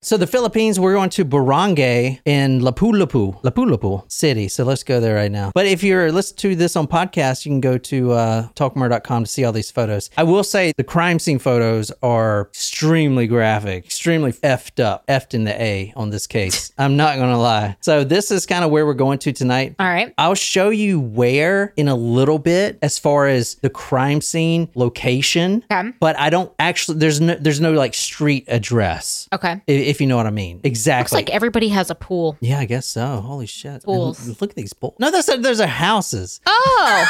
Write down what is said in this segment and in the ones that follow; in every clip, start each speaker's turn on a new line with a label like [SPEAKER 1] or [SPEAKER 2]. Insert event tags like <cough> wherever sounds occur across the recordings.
[SPEAKER 1] So the Philippines, we're going to Barangay in Lapu-Lapu, Lapu-Lapu City. So let's go there right now. But if you're listening to this on podcast, you can go to uh, talkmore.com to see all these photos. I will say the crime scene photos are extremely graphic, extremely effed up, effed in the A on this
[SPEAKER 2] <laughs>
[SPEAKER 1] case. I'm not going to lie. So this is kind of where we're going to tonight.
[SPEAKER 2] All right.
[SPEAKER 1] I'll show you where in a little bit as far as the crime scene location.
[SPEAKER 2] Okay.
[SPEAKER 1] But I don't actually there's no there's no like street address.
[SPEAKER 2] Okay.
[SPEAKER 1] i- If you know what I mean.
[SPEAKER 2] Looks
[SPEAKER 1] Exactly.
[SPEAKER 2] like everybody has a pool.
[SPEAKER 1] yeah, I guess so. Holy shit. And
[SPEAKER 2] Pools.
[SPEAKER 1] l- Look at these pools. No, that's those are houses. <laughs>
[SPEAKER 2] Oh.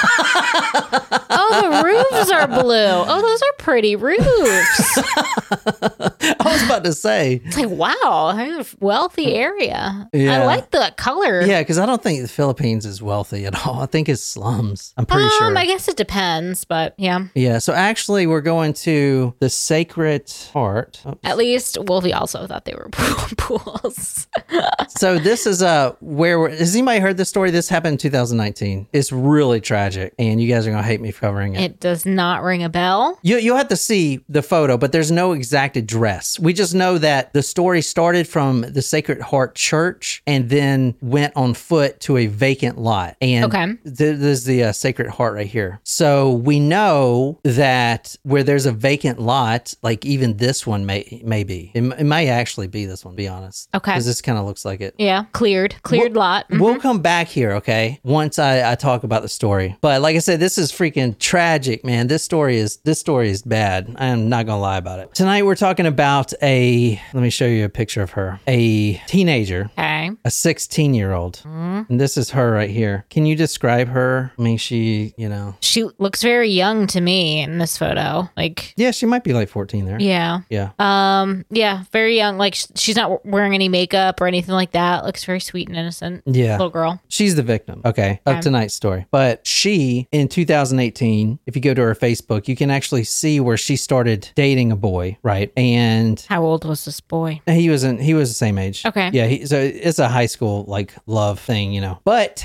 [SPEAKER 2] oh, the roofs are blue. Oh, those are pretty roofs.
[SPEAKER 1] I was about to say.
[SPEAKER 2] It's like, wow, I'm in a wealthy area.
[SPEAKER 1] Yeah.
[SPEAKER 2] I like the color.
[SPEAKER 1] Yeah, because I don't think the Philippines is wealthy at all. I think it's slums. I'm pretty
[SPEAKER 2] um,
[SPEAKER 1] sure.
[SPEAKER 2] I guess it depends, but yeah.
[SPEAKER 1] yeah, so actually, we're going to the Sacred Heart. Oh,
[SPEAKER 2] At least Wolfie also thought they were <laughs> pool- pools.
[SPEAKER 1] So this is uh where we're- has anybody heard this story? This happened in 2019. It's really tragic, and you guys are gonna hate me for covering it.
[SPEAKER 2] it does not ring a bell.
[SPEAKER 1] you, you'll have to see the photo, but there's no exact address. We just know that the story started from the Sacred Heart Church and then went on foot to a vacant lot. And
[SPEAKER 2] Okay.
[SPEAKER 1] th- this is the uh, Sacred Heart right here. So we know that where there's a vacant lot, like even this one may, may be. It, m- it may actually be this one, to be honest.
[SPEAKER 2] Okay.
[SPEAKER 1] Because this kind of looks like it.
[SPEAKER 2] Yeah. Cleared. Cleared lot. Mhm.
[SPEAKER 1] We'll come back here, okay? Once I, I talk about the story. But like I said, this is freaking tragic, man. This story is this story is bad. I'm not gonna lie about it. Tonight we're talking about a let me show you a picture of her. A teenager,
[SPEAKER 2] Okay.
[SPEAKER 1] a 16 year old. And this is her right here. Can you describe her? I mean, she, you know.
[SPEAKER 2] She looks very young to me in this photo. Like,
[SPEAKER 1] Yeah, she might be like 14 there.
[SPEAKER 2] yeah.
[SPEAKER 1] Yeah.
[SPEAKER 2] Um, yeah, very young. Like sh- she's not wearing any makeup or anything like that. Looks very sweet and innocent.
[SPEAKER 1] Yeah.
[SPEAKER 2] Little girl.
[SPEAKER 1] She's the victim, okay, of
[SPEAKER 2] Okay.
[SPEAKER 1] tonight's story. But she, in 2018, if you go to her Facebook, you can actually see where she started dating a boy, right? And
[SPEAKER 2] How old was this boy?
[SPEAKER 1] he was in, he was the same age.
[SPEAKER 2] Okay.
[SPEAKER 1] Yeah. He, so it's a high school like love thing, you know. But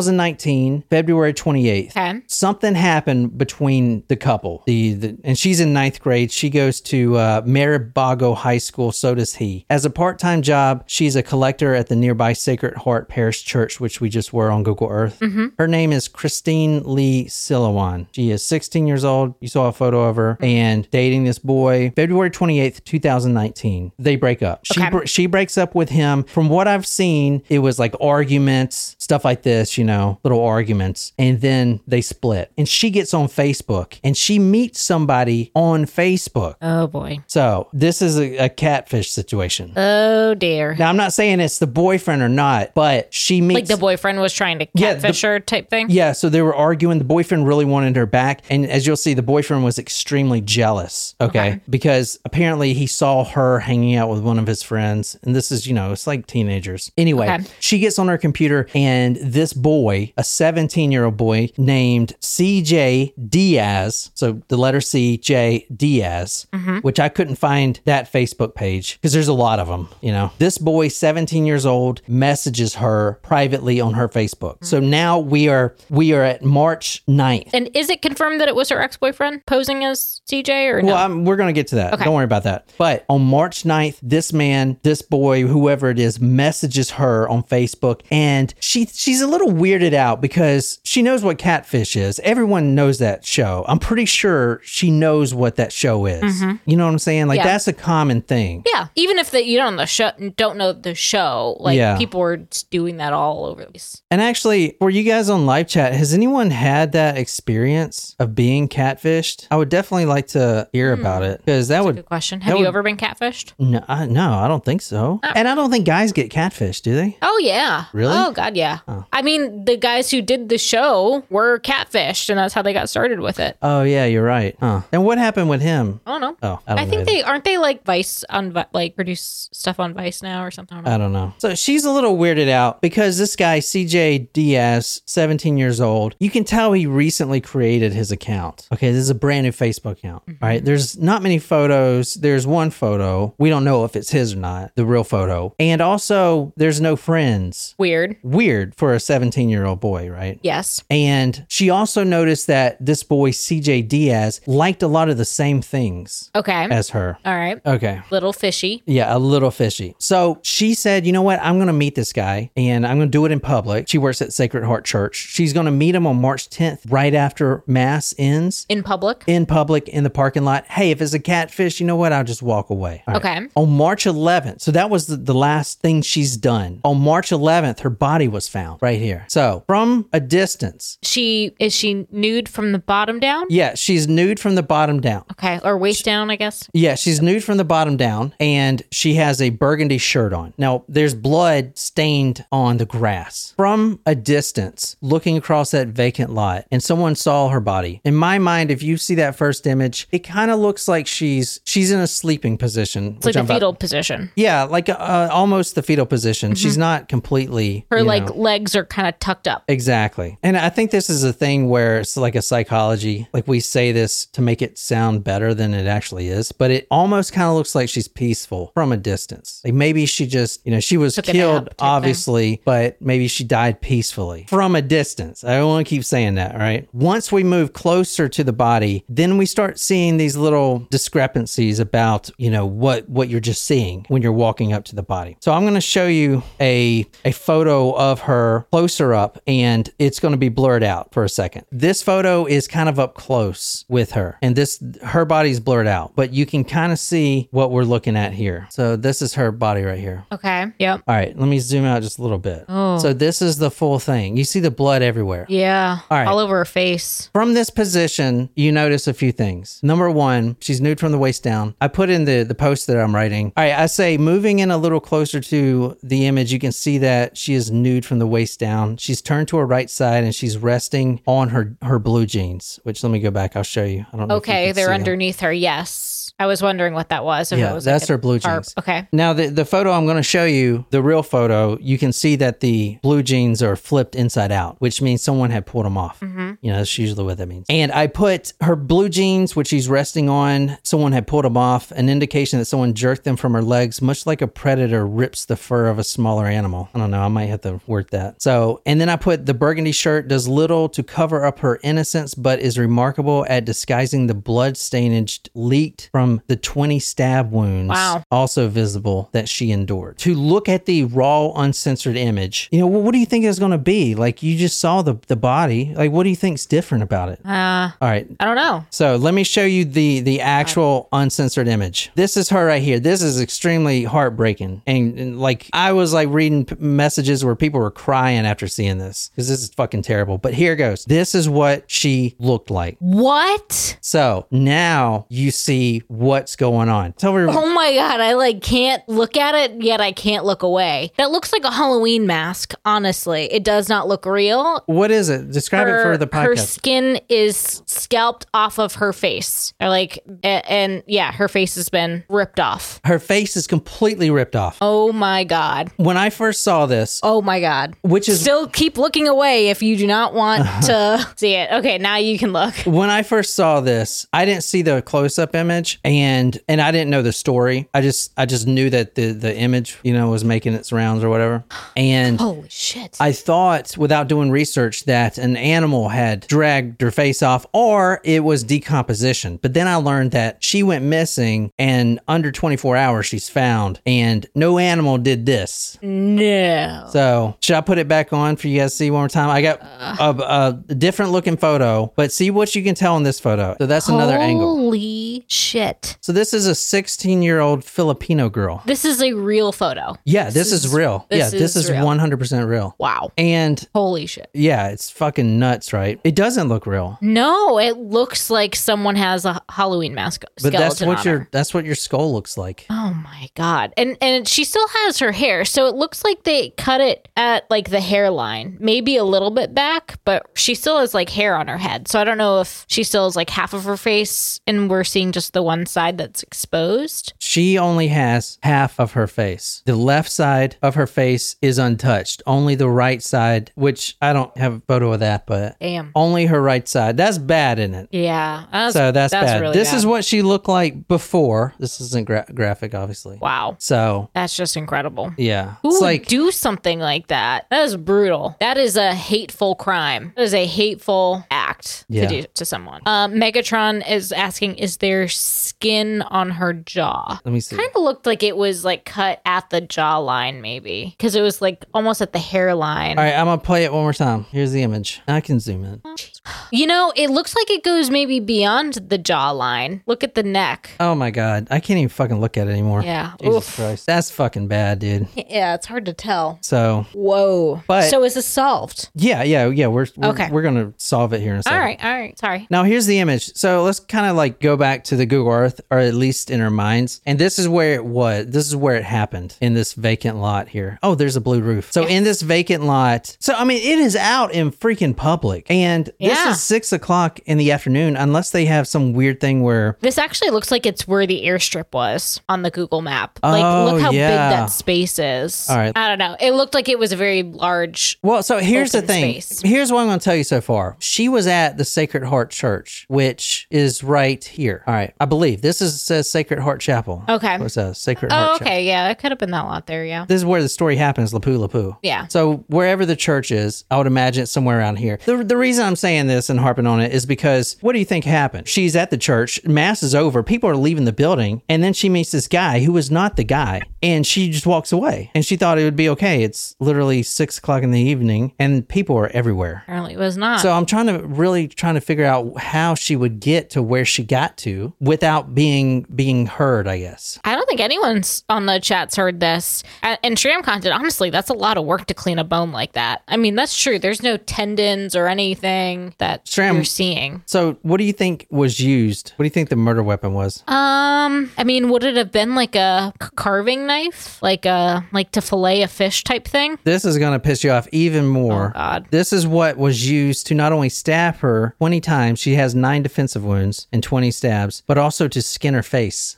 [SPEAKER 1] 2019, February 28th,
[SPEAKER 2] Okay.
[SPEAKER 1] something happened between the couple. The, the and she's in ninth grade. She goes to uh, Maribago High School. So does he. As a part-time job, she's a collector at the nearby Sacred Heart Parish Church, which we just were on Google Earth. Her name is Christine Lee Silowan. She is 16 years old. You saw a photo of
[SPEAKER 2] Mm-hmm.
[SPEAKER 1] her and dating this boy. February 28th, 2019, they break up. She
[SPEAKER 2] Okay.
[SPEAKER 1] br- she breaks up with him. From what I've seen, it was like arguments, stuff like this, you know, little arguments. And then they split. And she gets on Facebook and she meets somebody on Facebook.
[SPEAKER 2] Oh boy.
[SPEAKER 1] So this is a, a catfish situation.
[SPEAKER 2] Oh dear.
[SPEAKER 1] Now I'm not saying it's the boyfriend or not, but she meets
[SPEAKER 2] like the boyfriend was trying to
[SPEAKER 1] the-
[SPEAKER 2] catfish her type thing.
[SPEAKER 1] yeah, so they were arguing. The boyfriend really wanted her back. And as you'll see, the boyfriend was extremely jealous. Okay. Because apparently he saw her hanging out with one of his friends. And this is, you know, it's like teenagers. Anyway,
[SPEAKER 2] Okay.
[SPEAKER 1] she gets on her computer and this boy, a 17 year old boy named CJ Diaz. So the letter C, J, Diaz, which I couldn't find that Facebook page because there's a lot of them, you know. This boy, 17 years old, messages her privately on her Facebook. So now we are we are at March 9th.
[SPEAKER 2] And is it confirmed that it was her ex boyfriend posing as CJ or no?
[SPEAKER 1] Well, I'm, we're going to get to that. Don't worry about that. But on March 9th, this man, this boy, whoever it is, messages her on Facebook and she she's a little weirded out because she knows what catfish is. Everyone knows that show. I'm pretty sure she knows what that show is. You know what I'm saying? Like
[SPEAKER 2] Mm-hmm. Yeah.
[SPEAKER 1] that's a common thing.
[SPEAKER 2] yeah. Even if that you don't know the show, don't know the show, like
[SPEAKER 1] Yeah.
[SPEAKER 2] people were just doing that all over the place.
[SPEAKER 1] And actually, for you guys on live chat, has anyone had that experience of being catfished? I would definitely like to hear about it because that would
[SPEAKER 2] Hmm. Good question. Have you
[SPEAKER 1] would-
[SPEAKER 2] ever been catfished?
[SPEAKER 1] No, I, no, I don't think so.
[SPEAKER 2] Ah.
[SPEAKER 1] And I don't think guys get catfish, do they?
[SPEAKER 2] Oh yeah.
[SPEAKER 1] Really?
[SPEAKER 2] Oh god, yeah. I mean, the guys who did the show were catfished, and that's how they got started with it.
[SPEAKER 1] Oh yeah, you're right. Huh. And what happened with him?
[SPEAKER 2] I don't know.
[SPEAKER 1] Oh, I
[SPEAKER 2] I,
[SPEAKER 1] don't know.
[SPEAKER 2] think
[SPEAKER 1] either.
[SPEAKER 2] they aren't they like Vice on Vi- like produce stuff on Vice now or something. I don't know.
[SPEAKER 1] I don't know. So she's a little weirded out because this guy CJ Diaz, 17 years old, you can tell he recently created his account. Okay, this is a brand new Facebook account.
[SPEAKER 2] Mm-hmm.
[SPEAKER 1] All right, there's not many photos. There's one photo. We don't know if it's his or not, the real photo. And also, there's no friends.
[SPEAKER 2] Weird.
[SPEAKER 1] Weird for a 17 year old boy, right?
[SPEAKER 2] Yes.
[SPEAKER 1] And she also noticed that this boy, CJ Diaz, liked a lot of the same things
[SPEAKER 2] Okay.
[SPEAKER 1] as her.
[SPEAKER 2] All right.
[SPEAKER 1] Okay.
[SPEAKER 2] Little fishy.
[SPEAKER 1] Yeah, a little fishy. So she said, you know what? I'm going to meet this guy and I'm going to do it in public. She works at Sacred Heart Church. She's going to meet him on March 10th, right after Mass ends
[SPEAKER 2] in public.
[SPEAKER 1] in public in the parking lot. Hey, if it's a catfish, you know what? I'll just walk away. All right.
[SPEAKER 2] Okay.
[SPEAKER 1] On March 11th, so that was the, the last thing she's done. On March 11th, her body was found right here. So from a distance,
[SPEAKER 2] She is she nude from the bottom down?
[SPEAKER 1] yeah, she's nude from the bottom down.
[SPEAKER 2] Okay, or waist down, I guess.
[SPEAKER 1] Yeah, she's nude from the bottom down and she has a burgundy shirt on. Now, there's blood stained on the grass. From a distance, looking across that vacant lot, and someone saw her body. In my mind, if you see that first image, it kind of looks like she's she's in a sleeping position,
[SPEAKER 2] It's like the fetal position.
[SPEAKER 1] yeah, like uh, almost the fetal position. She's not completely
[SPEAKER 2] Her
[SPEAKER 1] you
[SPEAKER 2] like
[SPEAKER 1] know.
[SPEAKER 2] legs are kind of tucked up.
[SPEAKER 1] Exactly. And I think this is a thing where it's like a psychology. Like we say this to make it sound better than it actually is, but it almost kind of looks like she's peaceful from a distance. Like maybe she just, you know, she was
[SPEAKER 2] Took a nap
[SPEAKER 1] killed,
[SPEAKER 2] type thing.
[SPEAKER 1] obviously, but maybe she died peacefully from a distance. I don't want to keep saying that, all right? Once we move closer to the body, then we start seeing these little discrepancies about, you know, what what you're just seeing when you're walking up to the body. So I'm going to show you a a photo of her closer up and it's going to be blurred out for a second. This photo is kind of up close with her and this her body's blurred out, but you can kind of see what we're looking at here. So this is her body right here.
[SPEAKER 2] Okay. Yep.
[SPEAKER 1] All right, let me zoom out just a little bit. So this is the full thing. You see the blood everywhere.
[SPEAKER 2] Oh. Yeah.
[SPEAKER 1] All right.
[SPEAKER 2] All over her face.
[SPEAKER 1] From this position, you notice a few things. Number one, she's nude from the waist down. I put in the the post that I'm writing. All right, I say moving in a little closer to the image, you can see that she is nude from the waist down. She's turned to her right side and she's resting on her her blue jeans. Which let me go back. I'll show you. I don't know. if you
[SPEAKER 2] Okay,
[SPEAKER 1] can
[SPEAKER 2] they're
[SPEAKER 1] see them.
[SPEAKER 2] underneath her. Yes. I was wondering what that was. if it
[SPEAKER 1] Yeah,
[SPEAKER 2] was
[SPEAKER 1] that's
[SPEAKER 2] like
[SPEAKER 1] her blue
[SPEAKER 2] a tarp.
[SPEAKER 1] jeans.
[SPEAKER 2] Okay.
[SPEAKER 1] Now, the, the photo I'm going to show you, the real photo, you can see that the blue jeans are flipped inside out, which means someone had pulled them off. You know, that's usually what that means. And I put her blue jeans, which she's resting on, someone had pulled them off, an indication that someone jerked them from her legs, much like a predator rips the fur of a smaller animal. I don't know. I might have to word that. So, and then I put the burgundy shirt does little to cover up her innocence, but is remarkable at disguising the blood stainage leaked from the 20 stab wounds
[SPEAKER 2] Wow.
[SPEAKER 1] also visible that she endured. To look at the raw, uncensored image, you know, well, what do you think it's going to be? Like, you just saw the, the body. Like, what do you think's different about it?
[SPEAKER 2] Uh,
[SPEAKER 1] All right.
[SPEAKER 2] I don't know.
[SPEAKER 1] So let me show you the the actual uncensored image. This is her right here. This is extremely heartbreaking, and, and, like I was like reading p- messages where people were crying after seeing this because this is fucking terrible. But here goes. This is what she looked like.
[SPEAKER 2] What?
[SPEAKER 1] So now you see what's going on. Tell me,
[SPEAKER 2] Oh my god, I like can't look at it yet I can't look away. That looks like a Halloween mask, honestly. It does not look real.
[SPEAKER 1] what is it? Describe it for the podcast.
[SPEAKER 2] her skin is scalped off of her face. Or like a- and, yeah, her face has been ripped off.
[SPEAKER 1] Her face is completely ripped off.
[SPEAKER 2] Oh my god.
[SPEAKER 1] When I first saw this,
[SPEAKER 2] Oh my god.
[SPEAKER 1] which is
[SPEAKER 2] Still keep looking away if you do
[SPEAKER 1] <laughs>
[SPEAKER 2] not want to see it. Okay, now you can look.
[SPEAKER 1] when I first saw this, I didn't see the close-up image and and I didn't know the story. I just I just knew that the the image, you know, was making its rounds or whatever. And
[SPEAKER 2] Holy shit.
[SPEAKER 1] I thought without doing research that an animal had dragged her face off or it was decomposition. But then I learned that she went missing and under 24 hours she's found and no animal did this.
[SPEAKER 2] no.
[SPEAKER 1] So should I put it back on for you guys to see one more time? I got a, a different looking photo, but see what you can tell in this photo. So that's another
[SPEAKER 2] Oh.
[SPEAKER 1] angle.
[SPEAKER 2] Holy shit.
[SPEAKER 1] So this is a 16 year old Filipino girl.
[SPEAKER 2] This is a real photo.
[SPEAKER 1] Yeah, this, is, real.
[SPEAKER 2] this
[SPEAKER 1] yeah, this
[SPEAKER 2] is
[SPEAKER 1] is
[SPEAKER 2] real.
[SPEAKER 1] 100% real.
[SPEAKER 2] Wow.
[SPEAKER 1] And
[SPEAKER 2] Holy shit.
[SPEAKER 1] yeah, it's fucking nuts, right? It doesn't look real.
[SPEAKER 2] No, it looks like someone has a Halloween mask.
[SPEAKER 1] But that's
[SPEAKER 2] skeleton
[SPEAKER 1] what
[SPEAKER 2] on
[SPEAKER 1] your
[SPEAKER 2] her.
[SPEAKER 1] that's what your skull looks like.
[SPEAKER 2] Oh my god. And and she still has her hair. So it looks like they cut it at like the hairline. Maybe a little bit back, but she still has like hair on her head. So I don't know if she still has like half of her face and we're seeing just the one side that's exposed.
[SPEAKER 1] She only has half of her face. The left side of her face is untouched. Only the right side, which I don't have a photo of that, but
[SPEAKER 2] Damn.
[SPEAKER 1] only her right side. That's bad, isn't it?
[SPEAKER 2] Yeah. That's,
[SPEAKER 1] So that's, bad.
[SPEAKER 2] really
[SPEAKER 1] this
[SPEAKER 2] bad.
[SPEAKER 1] is what she looked like before. This isn't gra- graphic, obviously.
[SPEAKER 2] Wow.
[SPEAKER 1] So
[SPEAKER 2] That's just incredible.
[SPEAKER 1] yeah,
[SPEAKER 2] Who
[SPEAKER 1] it's
[SPEAKER 2] would
[SPEAKER 1] like
[SPEAKER 2] do something like that? That is brutal. That is a hateful crime. That is a hateful act. act
[SPEAKER 1] Yeah.
[SPEAKER 2] to do to someone. Um, Megatron is asking, is there skin on her jaw?
[SPEAKER 1] Let me see.
[SPEAKER 2] Kind of looked like it was like cut at the jawline, maybe, because it was like almost at the hairline.
[SPEAKER 1] All right, I'm gonna play it one more time. Here's the image. I can zoom in.
[SPEAKER 2] Uh-huh. You know, it looks like it goes maybe beyond the jawline. Look at the neck.
[SPEAKER 1] Oh my god, I can't even fucking look at it anymore.
[SPEAKER 2] Yeah.
[SPEAKER 1] Jesus
[SPEAKER 2] Oof.
[SPEAKER 1] Christ, that's fucking bad, dude.
[SPEAKER 2] Yeah, it's hard to tell.
[SPEAKER 1] So
[SPEAKER 2] Whoa.
[SPEAKER 1] But-
[SPEAKER 2] so is this solved?
[SPEAKER 1] yeah, yeah, yeah. We're we're,
[SPEAKER 2] Okay.
[SPEAKER 1] we're gonna solve it here in a second.
[SPEAKER 2] All right, all right. Sorry.
[SPEAKER 1] Now here's the image. So let's kind of like go back to the Google Earth, or at least in our minds. And this is where it was. This is where it happened in this vacant lot here. Oh, there's a blue roof. So in this vacant lot. So I mean, it is out in freaking public, and this
[SPEAKER 2] Yeah.
[SPEAKER 1] is six o'clock in the afternoon, unless they have some weird thing where
[SPEAKER 2] This actually looks like it's where the airstrip was on the Google map. Like,
[SPEAKER 1] Oh,
[SPEAKER 2] look how
[SPEAKER 1] yeah.
[SPEAKER 2] big that space is.
[SPEAKER 1] All right.
[SPEAKER 2] I don't know. It looked like it was a very large.
[SPEAKER 1] Well, so here's the
[SPEAKER 2] open
[SPEAKER 1] thing.
[SPEAKER 2] space.
[SPEAKER 1] Here's what I'm going to tell you so far. She was at the Sacred Heart Church, which is right here. All right, I believe this is says Sacred Heart Chapel.
[SPEAKER 2] Okay.
[SPEAKER 1] What's that? Sacred Heart
[SPEAKER 2] Oh,
[SPEAKER 1] Chapel.
[SPEAKER 2] okay. Yeah, it could have been that lot there. Yeah.
[SPEAKER 1] This is where the story happens, Lapu Lapu.
[SPEAKER 2] Yeah.
[SPEAKER 1] So wherever the church is, I would imagine it's somewhere around here. The, the reason I'm saying this and harping on it is because what do you think happened? She's at the church, mass is over, people are leaving the building, and then she meets this guy who was not the guy, and she just walks away. And she thought it would be okay. It's literally six o'clock in the evening, and people are everywhere.
[SPEAKER 2] Apparently it was not.
[SPEAKER 1] So I'm trying to really trying to figure out how she would get to where she got to without being being heard, I guess.
[SPEAKER 2] I don't think anyone's on the chats heard this. A- And Shram content, honestly, that's a lot of work to clean a bone like that. I mean, that's true. There's no tendons or anything that
[SPEAKER 1] Shram-
[SPEAKER 2] you're seeing.
[SPEAKER 1] So what do you think was used? What do you think the murder weapon was?
[SPEAKER 2] Um, I mean, would it have been like a c- carving knife, like a like to fillet a fish type thing?
[SPEAKER 1] This is going to piss you off even more.
[SPEAKER 2] Oh, God.
[SPEAKER 1] This is what was used to not only stab her 20 times, she has nine defensive wounds and 20 stabs, but also to skin her
[SPEAKER 2] <gasps>
[SPEAKER 1] face.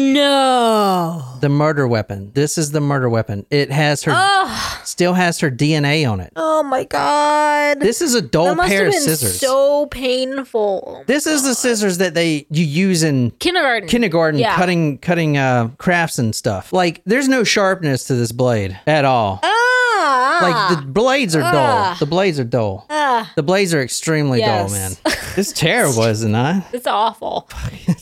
[SPEAKER 2] No.
[SPEAKER 1] the murder weapon. This is the murder weapon. It has her, still has her DNA on it.
[SPEAKER 2] Oh my god.
[SPEAKER 1] This is a dull pair of scissors.
[SPEAKER 2] so painful.
[SPEAKER 1] this is the scissors that they you use in
[SPEAKER 2] Kindergarten.
[SPEAKER 1] kindergarten
[SPEAKER 2] Yeah.
[SPEAKER 1] cutting cutting uh, crafts and stuff. Like there's no sharpness to this blade at all.
[SPEAKER 2] ah.
[SPEAKER 1] Like the blades are dull. The blades are dull. The blades are extremely dull, man.
[SPEAKER 2] <laughs> Yes.
[SPEAKER 1] It's terrible, isn't it? <laughs>
[SPEAKER 2] It's awful.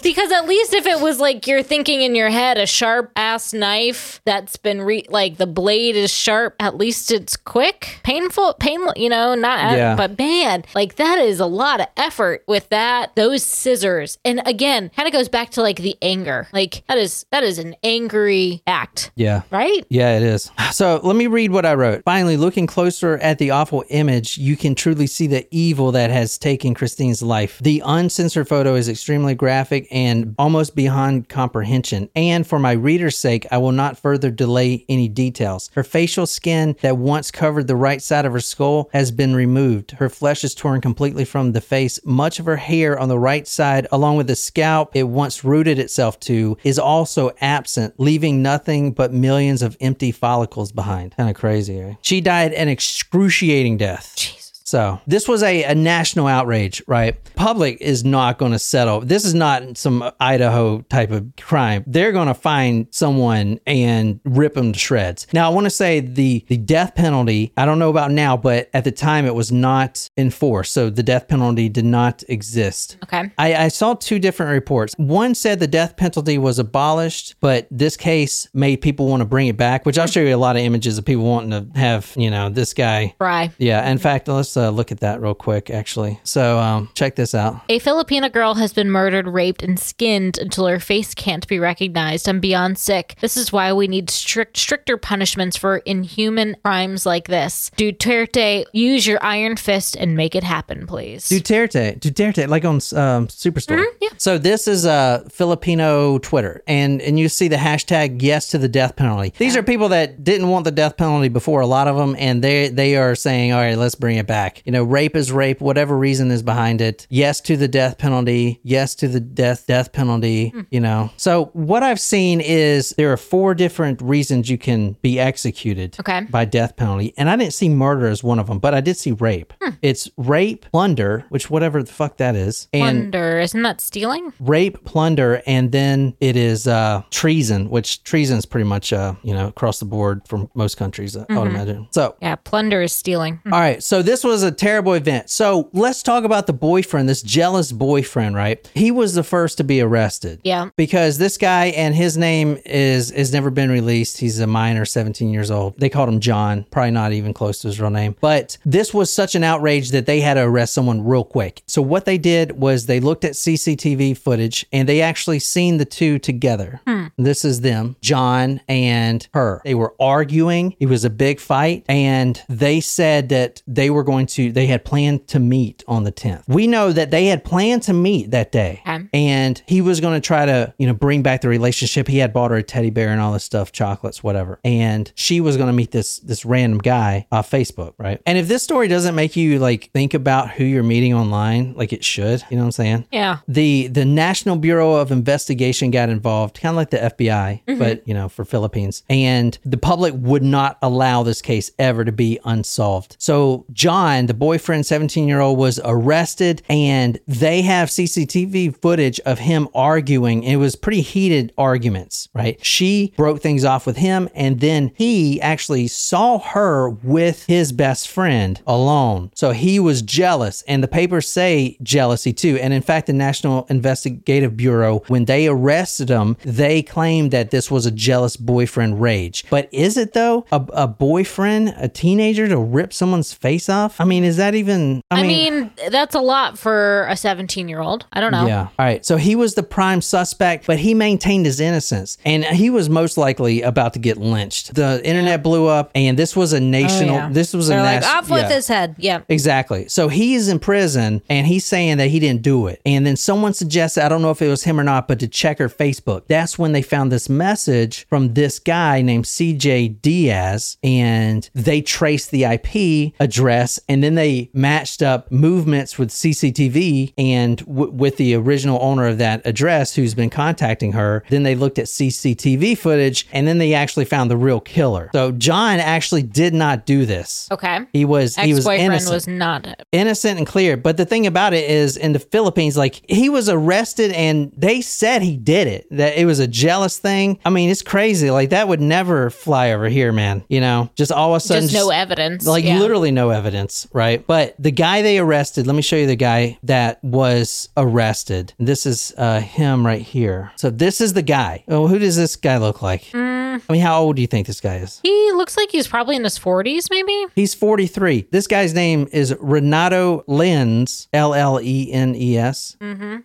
[SPEAKER 2] because at least if it was like you're thinking in your head a sharp ass knife that's been re- like the blade is sharp, at least it's quick. Painful, painful, you know, not
[SPEAKER 1] Yeah.
[SPEAKER 2] but man, like that is a lot of effort with that those scissors. And again, kind of goes back to like the anger. Like that is that is an angry act,
[SPEAKER 1] Yeah.
[SPEAKER 2] right?
[SPEAKER 1] Yeah, it is. So let me read what I wrote. Finally, looking closer at the awful image, you can truly see the evil that has taken Christine's life. The uncensored photo is extremely graphic and almost beyond comprehension. And for my reader's sake, I will not further delay any details. Her facial skin that once covered the right side of her skull has been removed. Her flesh is torn completely from the face. Much of her hair on the right side, along with the scalp it once rooted itself to, is also absent, leaving nothing but millions of empty follicles behind. Kind of crazy, eh? She died an excruciating death. So this was a, a national outrage, right? Public is not going to settle. This is not some Idaho type of crime. They're going to find someone and rip them to shreds. Now I want to say the the death penalty. I don't know about now, but at the time it was not enforced, so the death penalty did not exist.
[SPEAKER 2] Okay.
[SPEAKER 1] I, I saw two different reports. One said the death penalty was abolished, but this case made people want to bring it back, which I'll show you a lot of images of people wanting to have, you know, this guy
[SPEAKER 2] Fry.
[SPEAKER 1] yeah, in fact, let's uh, look at that real quick, actually. So, um, check this out.
[SPEAKER 2] A Filipina girl has been murdered, raped, and skinned until her face can't be recognized. I'm beyond sick. This is why we need strict, stricter punishments for inhuman crimes like this. Duterte, use your iron fist and make it happen, please.
[SPEAKER 1] Duterte, Duterte, like on um, Superstore.
[SPEAKER 2] Mm-hmm, yeah.
[SPEAKER 1] So this is uh, Filipino Twitter, and and you see the hashtag Yes to the Death Penalty. These are people that didn't want the death penalty before, a lot of them, and they they are saying, all right, let's bring it back. You know, rape is rape, whatever reason is behind it. Yes to the death penalty. Yes to the death death penalty.
[SPEAKER 2] Hmm.
[SPEAKER 1] You know. So what I've seen is there are four different reasons you can be executed.
[SPEAKER 2] Okay.
[SPEAKER 1] by death penalty, and I didn't see murder as one of them, but I did see rape. It's rape, plunder, which whatever the fuck that is, and
[SPEAKER 2] Wonder, isn't that stealing?
[SPEAKER 1] rape, plunder, and then it is uh, treason, which treason is pretty much uh, you know across the board from most countries, I would imagine. So.
[SPEAKER 2] Yeah, plunder is stealing.
[SPEAKER 1] All right, so this was was a terrible event. So let's talk about the boyfriend, this jealous boyfriend, right? He was the first to be arrested.
[SPEAKER 2] Yeah.
[SPEAKER 1] Because this guy and his name is has never been released. He's a minor, 17 years old. They called him John, probably not even close to his real name. But this was such an outrage that they had to arrest someone real quick. So what they did was they looked at CCTV footage and they actually seen the two together. This is them, John and her. They were arguing. It was a big fight and they said that they were going to they had planned to meet on the 10th. We know that they had planned to meet that day
[SPEAKER 2] Okay.
[SPEAKER 1] and he was going to try to you know bring back the relationship he had bought her a teddy bear and all this stuff chocolates whatever and she was going to meet this this random guy off facebook right and if this story doesn't make you like think about who you're meeting online like it should you know what i'm saying
[SPEAKER 2] Yeah.
[SPEAKER 1] the the National Bureau of Investigation got involved, kind of like the FBI, but you know, for Philippines. And the public would not allow this case ever to be unsolved. So John, the boyfriend, 17 year old, was arrested and they have CCTV footage of him arguing. It was pretty heated arguments, right? She broke things off with him and then he actually saw her with his best friend alone. So he was jealous and the papers say jealousy too. And in fact, the National Investigative Bureau, when they arrested him, they claimed that this was a jealous boyfriend rage. But is it though? A, a boyfriend, a teenager to rip someone's face off? I mean, is that even?
[SPEAKER 2] I mean, that's a lot for a 17 year old. I don't know.
[SPEAKER 1] Yeah. All right. So he was the prime suspect, but he maintained his innocence and he was most likely about to get lynched. The internet blew up and this was a national,
[SPEAKER 2] Oh, yeah.
[SPEAKER 1] this was
[SPEAKER 3] Oh, They're
[SPEAKER 1] a
[SPEAKER 3] like,
[SPEAKER 1] nas-
[SPEAKER 3] off with
[SPEAKER 1] yeah.
[SPEAKER 3] his head.
[SPEAKER 2] Yeah.
[SPEAKER 1] Exactly. So he is in prison and he's saying that he didn't do it. And then someone suggested, I don't know if it was him or not, but to check her Facebook. That's when they found this message from this guy named CJ Diaz and they traced the IP address and then they matched up movements with CCTV and w- with the original owner of that address who's been contacting her. Then they looked at CCTV footage and then they actually found the real killer. So John actually did not do this.
[SPEAKER 2] Okay.
[SPEAKER 1] He was he
[SPEAKER 2] Ex
[SPEAKER 1] was
[SPEAKER 2] boyfriend
[SPEAKER 1] innocent
[SPEAKER 2] Oh. was not.
[SPEAKER 1] innocent and clear. But the thing about it is, in the Philippines, like he was arrested and they said he did it, that it was a jealous thing. I mean, it's crazy. Like that would never fly over here, man. You know, just all of a sudden,
[SPEAKER 2] Just no
[SPEAKER 1] just-
[SPEAKER 2] evidence.
[SPEAKER 1] like
[SPEAKER 2] Yeah.
[SPEAKER 1] literally no evidence, right? But the guy they arrested, let me show you the guy that was arrested. This is uh, him right here. So this is the guy. Oh, who does this guy look like?
[SPEAKER 2] Mm.
[SPEAKER 1] I mean, how old do you think this guy is?
[SPEAKER 2] He looks like he's probably in his 40s, maybe.
[SPEAKER 1] <laughs> He's 43. This guy's name is Renato Lenz, L L E N E S.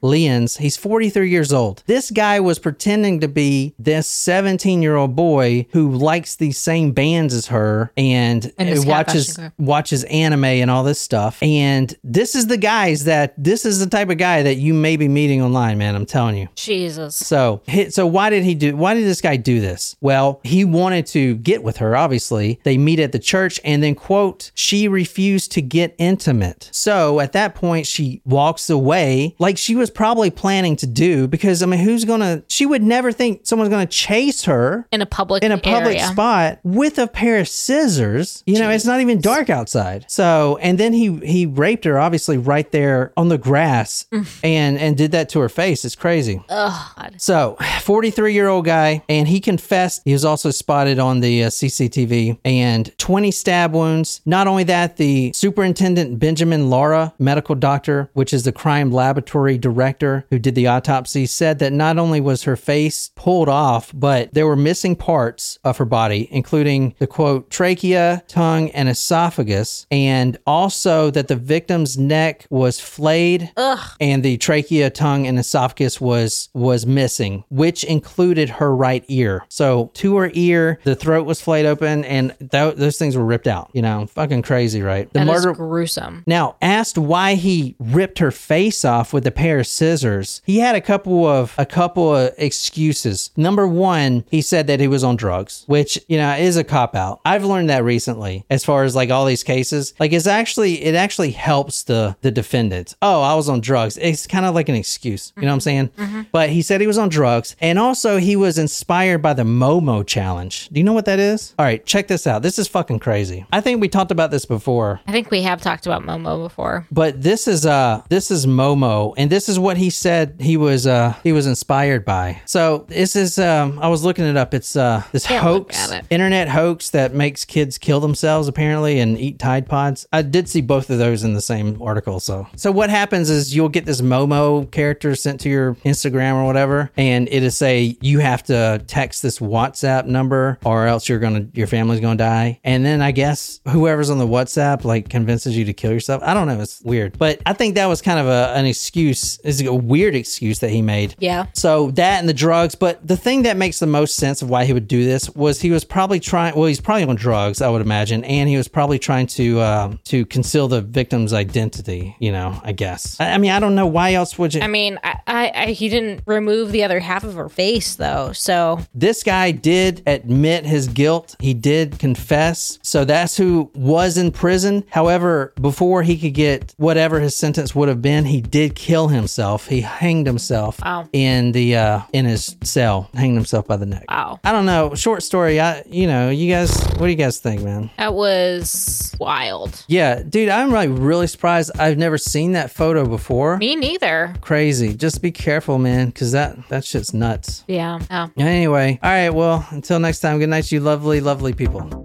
[SPEAKER 1] Lenz. He's 43 years old. This guy was pretending to be this 17 year old boy who likes these same bands as her and,
[SPEAKER 3] And
[SPEAKER 1] uh,
[SPEAKER 3] a scat
[SPEAKER 1] watches
[SPEAKER 3] bashing group.
[SPEAKER 1] watches anime and all this stuff. And this is the guys that this is the type of guy that you may be meeting online, man. I'm telling you.
[SPEAKER 2] Jesus.
[SPEAKER 1] So, hi- so why did he do? Why did this guy do this? Well, he wanted to get with her. Obviously, they meet at the church, and then quote, she refused to get intimate. So at that point, she walks away, like she was probably planning to do. Because I mean, who's gonna? She would never think someone's gonna chase her
[SPEAKER 2] In a public
[SPEAKER 1] in a public
[SPEAKER 2] area.
[SPEAKER 1] spot with a pair of scissors. You know, it's not even dark outside. So, and then he he raped her, obviously, right there on the grass,
[SPEAKER 2] Mm.
[SPEAKER 1] and and did that to her face. It's crazy.
[SPEAKER 2] Ugh. God.
[SPEAKER 1] So, 43 year old guy, and he confessed. He was also spotted on the uh, CCTV and 20 stab wounds. Not only that, the superintendent Benjamin Lara, medical doctor, which is the crime laboratory director who did the autopsy, said that not only was her face pulled off, but there were missing parts of her body, including the quote, trachea, tongue, and esophagus, and also that the victim's neck was flayed and the trachea, tongue, and esophagus was was missing, which included her right ear. So to her ear, the throat was flayed open, and tho- those things were ripped out. You know, fucking crazy, right? The
[SPEAKER 2] That is
[SPEAKER 1] murder.
[SPEAKER 2] gruesome.
[SPEAKER 1] now, asked why he ripped her face off with a pair of scissors, he had a couple of a couple of excuses. Number one, he said that he was on drugs, which you know is a cop out. I've learned that recently, as far as like all these cases, like it's actually it actually helps the the defendant. Oh, I was on drugs. It's kind of like an excuse, you know what I'm saying? But he said he was on drugs, and also he was inspired by the Mo Momo Challenge. Do you know what that is? All right, check this out. This is fucking crazy. I think we talked about this before.
[SPEAKER 2] I think we have talked about Momo before.
[SPEAKER 1] But this is uh this is Momo, and this is what he said he was uh he was inspired by. So this is um I was looking it up. It's uh this
[SPEAKER 2] Can't look
[SPEAKER 1] hoax
[SPEAKER 2] at it.
[SPEAKER 1] internet hoax that makes kids kill themselves apparently and eat Tide Pods. I did see both of those in the same article. So so what happens is you'll get this Momo character sent to your Instagram or whatever, and it'll say you have to text this WhatsApp number or else you're gonna your family's gonna die. And then I guess whoever's on the WhatsApp like convinces you to kill yourself. I don't know. It's weird, but I think that was kind of a, an excuse. Is a weird excuse that he made.
[SPEAKER 2] Yeah.
[SPEAKER 1] So that and the drugs, but the thing that makes the most sense of why he would do this was he was probably trying. Well, he's probably on drugs, I would imagine, and he was probably trying to um, to conceal the victim's identity. You know, I guess. I, I mean, I don't know why else would you.
[SPEAKER 2] I mean, I, I, I he didn't remove the other half of her face though, so
[SPEAKER 1] this guy did admit his guilt. He did confess. So that's who was in prison. However, before he could get whatever his sentence would have been, he did kill himself. He hanged himself in the uh, in his cell, hanged himself by the neck.
[SPEAKER 2] wow,
[SPEAKER 1] I don't know. Short story. I, you know, you guys, what do you guys think, man?
[SPEAKER 2] that was wild.
[SPEAKER 1] Yeah, dude, I'm like really surprised. I've never seen that photo before.
[SPEAKER 2] Me neither.
[SPEAKER 1] Crazy. Just be careful, man, because that that shit's nuts.
[SPEAKER 2] Yeah. Oh.
[SPEAKER 1] Anyway, all right. Well, until next time. Good night, you lovely, lovely people.